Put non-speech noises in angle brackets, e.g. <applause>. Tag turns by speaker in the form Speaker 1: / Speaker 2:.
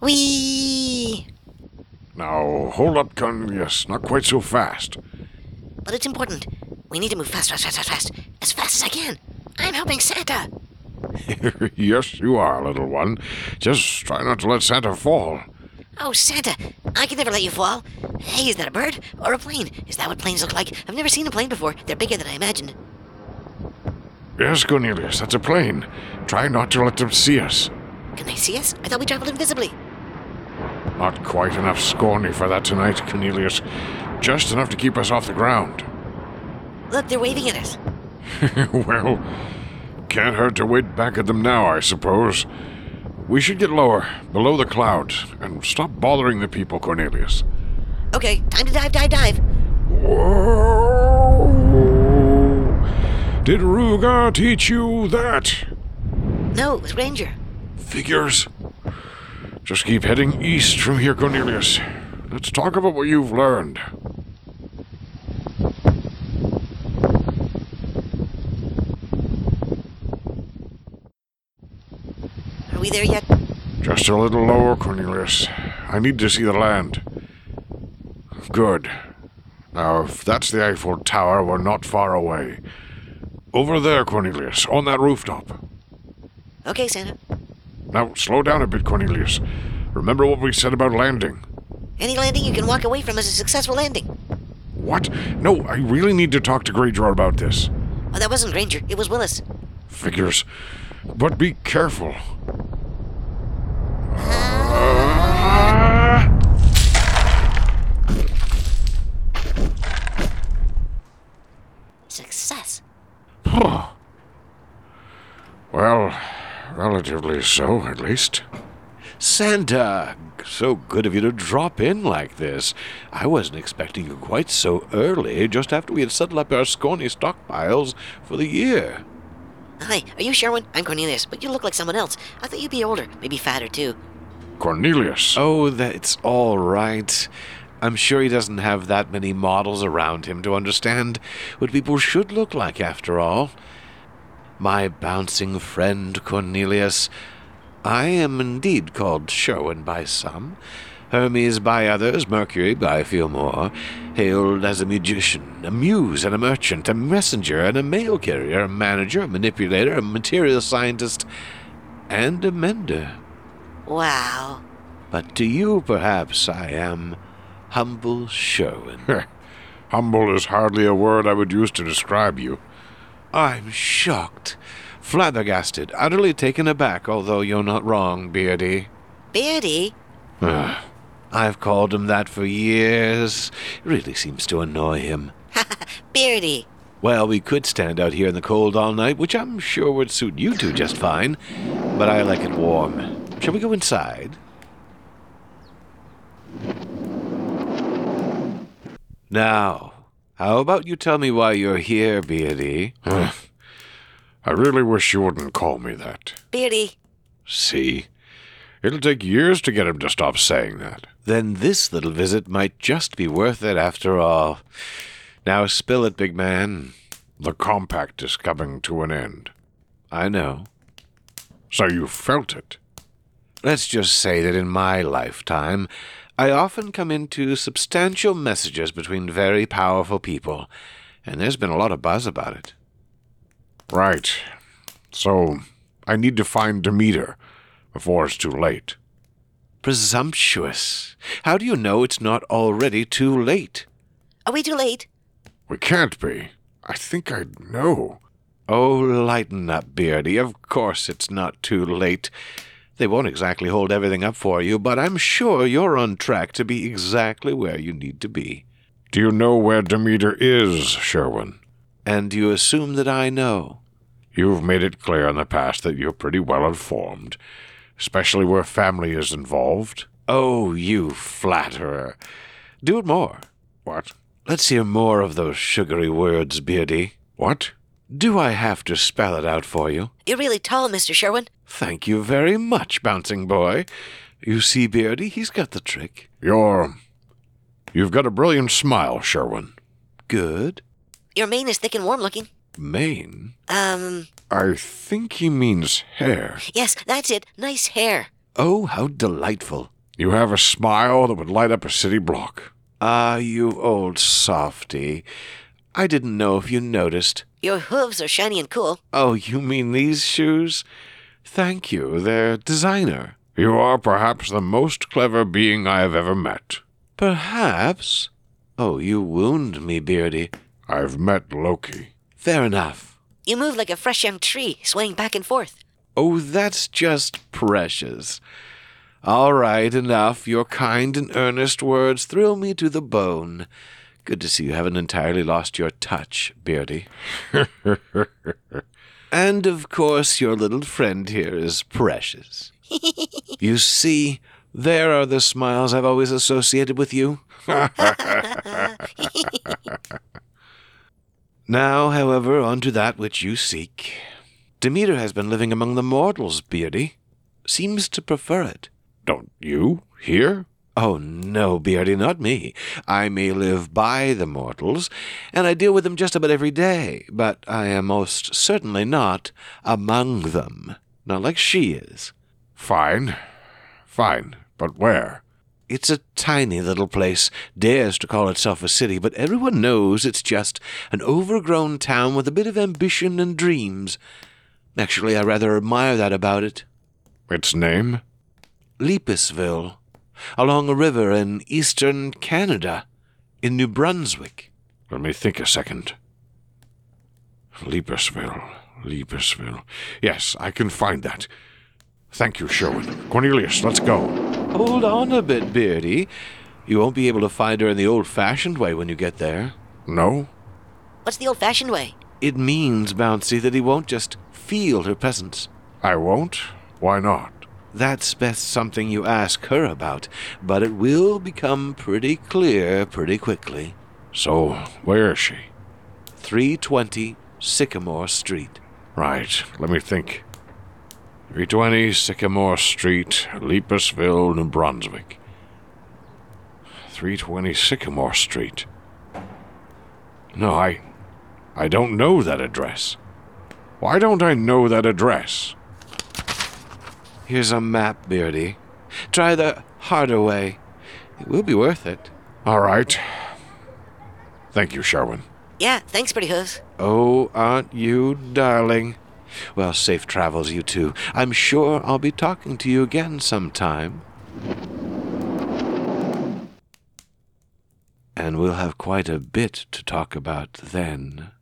Speaker 1: Wee!
Speaker 2: Now, hold up, Cornelius. Not quite so fast. <laughs>
Speaker 1: But it's important. We need to move fast, fast, fast, fast, fast. As fast as I can. I'm helping Santa.
Speaker 2: yes, you are, little one. Just try not to let Santa fall.
Speaker 1: Oh, Santa, I can never let you fall. Hey, is that a bird or a plane? Is that what planes look like? I've never seen a plane before. They're bigger than I imagined.
Speaker 2: Yes, Cornelius, that's a plane. Try not to let them see us.
Speaker 1: Can they see us? I thought we traveled invisibly.
Speaker 2: Not quite enough scorny for that tonight, Cornelius. Just enough to keep us off the ground. <laughs>
Speaker 1: Look, they're waving at us.
Speaker 2: well, can't hurt to wait back at them now, I suppose. We should get lower, below the clouds, and stop bothering the people, Cornelius.
Speaker 1: Okay, time to dive, dive, dive.
Speaker 2: Whoa! Did Ruga teach you that?
Speaker 1: No, it was Ranger.
Speaker 2: Figures. Just keep heading east from here, Cornelius. Let's talk about what you've learned.
Speaker 1: Are we there yet?
Speaker 2: Just a little lower, Cornelius. I need to see the land. Good. Now, if that's the Eiffel Tower, we're not far away. Over there, Cornelius, on that rooftop.
Speaker 1: Okay, Santa.
Speaker 2: Now, slow down a bit, Cornelius. Remember what we said about landing.
Speaker 1: Any landing you can walk away from is a successful landing.
Speaker 2: What? No, I really need to talk to Greyjaw about this.
Speaker 1: Oh, that wasn't Ranger. It was Willis.
Speaker 2: Figures. But be careful.
Speaker 1: Success.
Speaker 2: Well, relatively so, at least.
Speaker 3: Santa, so good of you to drop in like this. I wasn't expecting you quite so early, just after we had settled up our scrawny stockpiles for the year.
Speaker 1: Hi, are you Sherwin? I'm Cornelius, but you look like someone else. I thought you'd be older, maybe fatter too.
Speaker 2: Cornelius.
Speaker 3: Oh, that's all right. I'm sure he doesn't have that many models around him to understand what people should look like, after all. My bouncing friend Cornelius, I am indeed called Sherwin by some, Hermes by others, Mercury by a few more, hailed as a magician, a muse, and a merchant, a messenger, and a mail carrier, a manager, a manipulator, a material scientist, and a mender.
Speaker 1: Wow.
Speaker 3: But to you, perhaps, I am humble Sherwin.
Speaker 2: Humble is hardly a word I would use to describe you.
Speaker 3: I'm shocked, flabbergasted, utterly taken aback, although you're not wrong, Beardy.
Speaker 1: Beardy?
Speaker 3: Ugh. I've called him that for years. It really seems to annoy him.
Speaker 1: Beardy.
Speaker 3: Well, we could stand out here in the cold all night, which I'm sure would suit you two just fine, but I like it warm. Shall we go inside? Now, how about you tell me why you're here, Beardy?
Speaker 2: I really wish you wouldn't call me that.
Speaker 1: Beardy.
Speaker 2: See? It'll take years to get him to stop saying that.
Speaker 3: Then this little visit might just be worth it after all. Now spill it, big man.
Speaker 2: The compact is coming to an end.
Speaker 3: I know.
Speaker 2: So you felt it.
Speaker 3: Let's just say that in my lifetime, I often come into substantial messages between very powerful people, and there's been a lot of buzz about it.
Speaker 2: Right. So, I need to find Demeter before it's too late.
Speaker 3: Presumptuous. How do you know it's not already too late?
Speaker 1: Are we too late?
Speaker 2: We can't be. I think I know.
Speaker 3: Oh, lighten up, Beardy. Of course it's not too late. They won't exactly hold everything up for you, but I'm sure you're on track to be exactly where you need to be.
Speaker 2: Do you know where Demeter is, Sherwin?
Speaker 3: And you assume that I know.
Speaker 2: You've made it clear in the past that you're pretty well informed, especially where family is involved.
Speaker 3: Oh, you flatterer. Do it more.
Speaker 2: What?
Speaker 3: Let's hear more of those sugary words, Beardy.
Speaker 2: What?
Speaker 3: Do I have to spell it out for you?
Speaker 1: You're really tall, Mr. Sherwin.
Speaker 3: Thank you very much, bouncing boy. You see, Beardy, he's got the trick.
Speaker 2: You're. You've got a brilliant smile, Sherwin.
Speaker 3: Good.
Speaker 1: Your mane is thick and warm looking.
Speaker 3: Maine.
Speaker 1: Um,
Speaker 2: I think he means hair.
Speaker 1: yes, that's it. Nice hair.
Speaker 3: Oh, how delightful.
Speaker 2: You have a smile that would light up a city block.
Speaker 3: Ah, you old softy. I didn't know if you noticed.
Speaker 1: Your hooves are shiny and cool.
Speaker 3: Oh, you mean these shoes? Thank you. They're designer.
Speaker 2: You are perhaps the most clever being I have ever met.
Speaker 3: Perhaps. Oh, you wound me, Beardy.
Speaker 2: I've met Loki.
Speaker 3: Fair enough.
Speaker 1: You move like a fresh young tree, swaying back and forth.
Speaker 3: Oh, that's just precious. All right, enough. Your kind and earnest words thrill me to the bone. Good to see you haven't entirely lost your touch, Beardy. and of course, your little friend here is precious. you see, there are the smiles I've always associated with you. Now, however, on to that which you seek. Demeter has been living among the mortals, Beardy. Seems to prefer it.
Speaker 2: Don't you? Here?
Speaker 3: Oh, no, Beardy, not me. I may live by the mortals, and I deal with them just about every day, but I am most certainly not among them. Not like she is.
Speaker 2: Fine. Fine. But where?
Speaker 3: It's a tiny little place, dares to call itself a city, but everyone knows it's just an overgrown town with a bit of ambition and dreams. Actually, I rather admire that about it.
Speaker 2: Its name?
Speaker 3: Lepusville, along a river in eastern Canada, in New Brunswick.
Speaker 2: Let me think a second. Lepusville. Lepusville. Yes, I can find that. Thank you, Sherwin. Cornelius, let's go.
Speaker 3: Hold on a bit, Beardy. You won't be able to find her in the old fashioned way when you get there.
Speaker 2: No?
Speaker 1: What's the old fashioned way?
Speaker 3: It means, Bouncy, that he won't just feel her presence.
Speaker 2: I won't? Why not?
Speaker 3: That's best something you ask her about, but it will become pretty clear pretty quickly.
Speaker 2: So, where is she?
Speaker 3: 320 Sycamore Street.
Speaker 2: Right, let me think. 320 Sycamore Street, Lepusville, New Brunswick. 320 Sycamore Street. No, I. I don't know that address. Why don't I know that address?
Speaker 3: Here's a map, Beardy. Try the harder way. It will be worth it.
Speaker 2: All right. Thank you, Sherwin.
Speaker 1: Yeah, thanks, Pretty Hooves.
Speaker 3: Oh, aren't you darling? Well, safe travels, you two. I'm sure I'll be talking to you again sometime. And we'll have quite a bit to talk about then.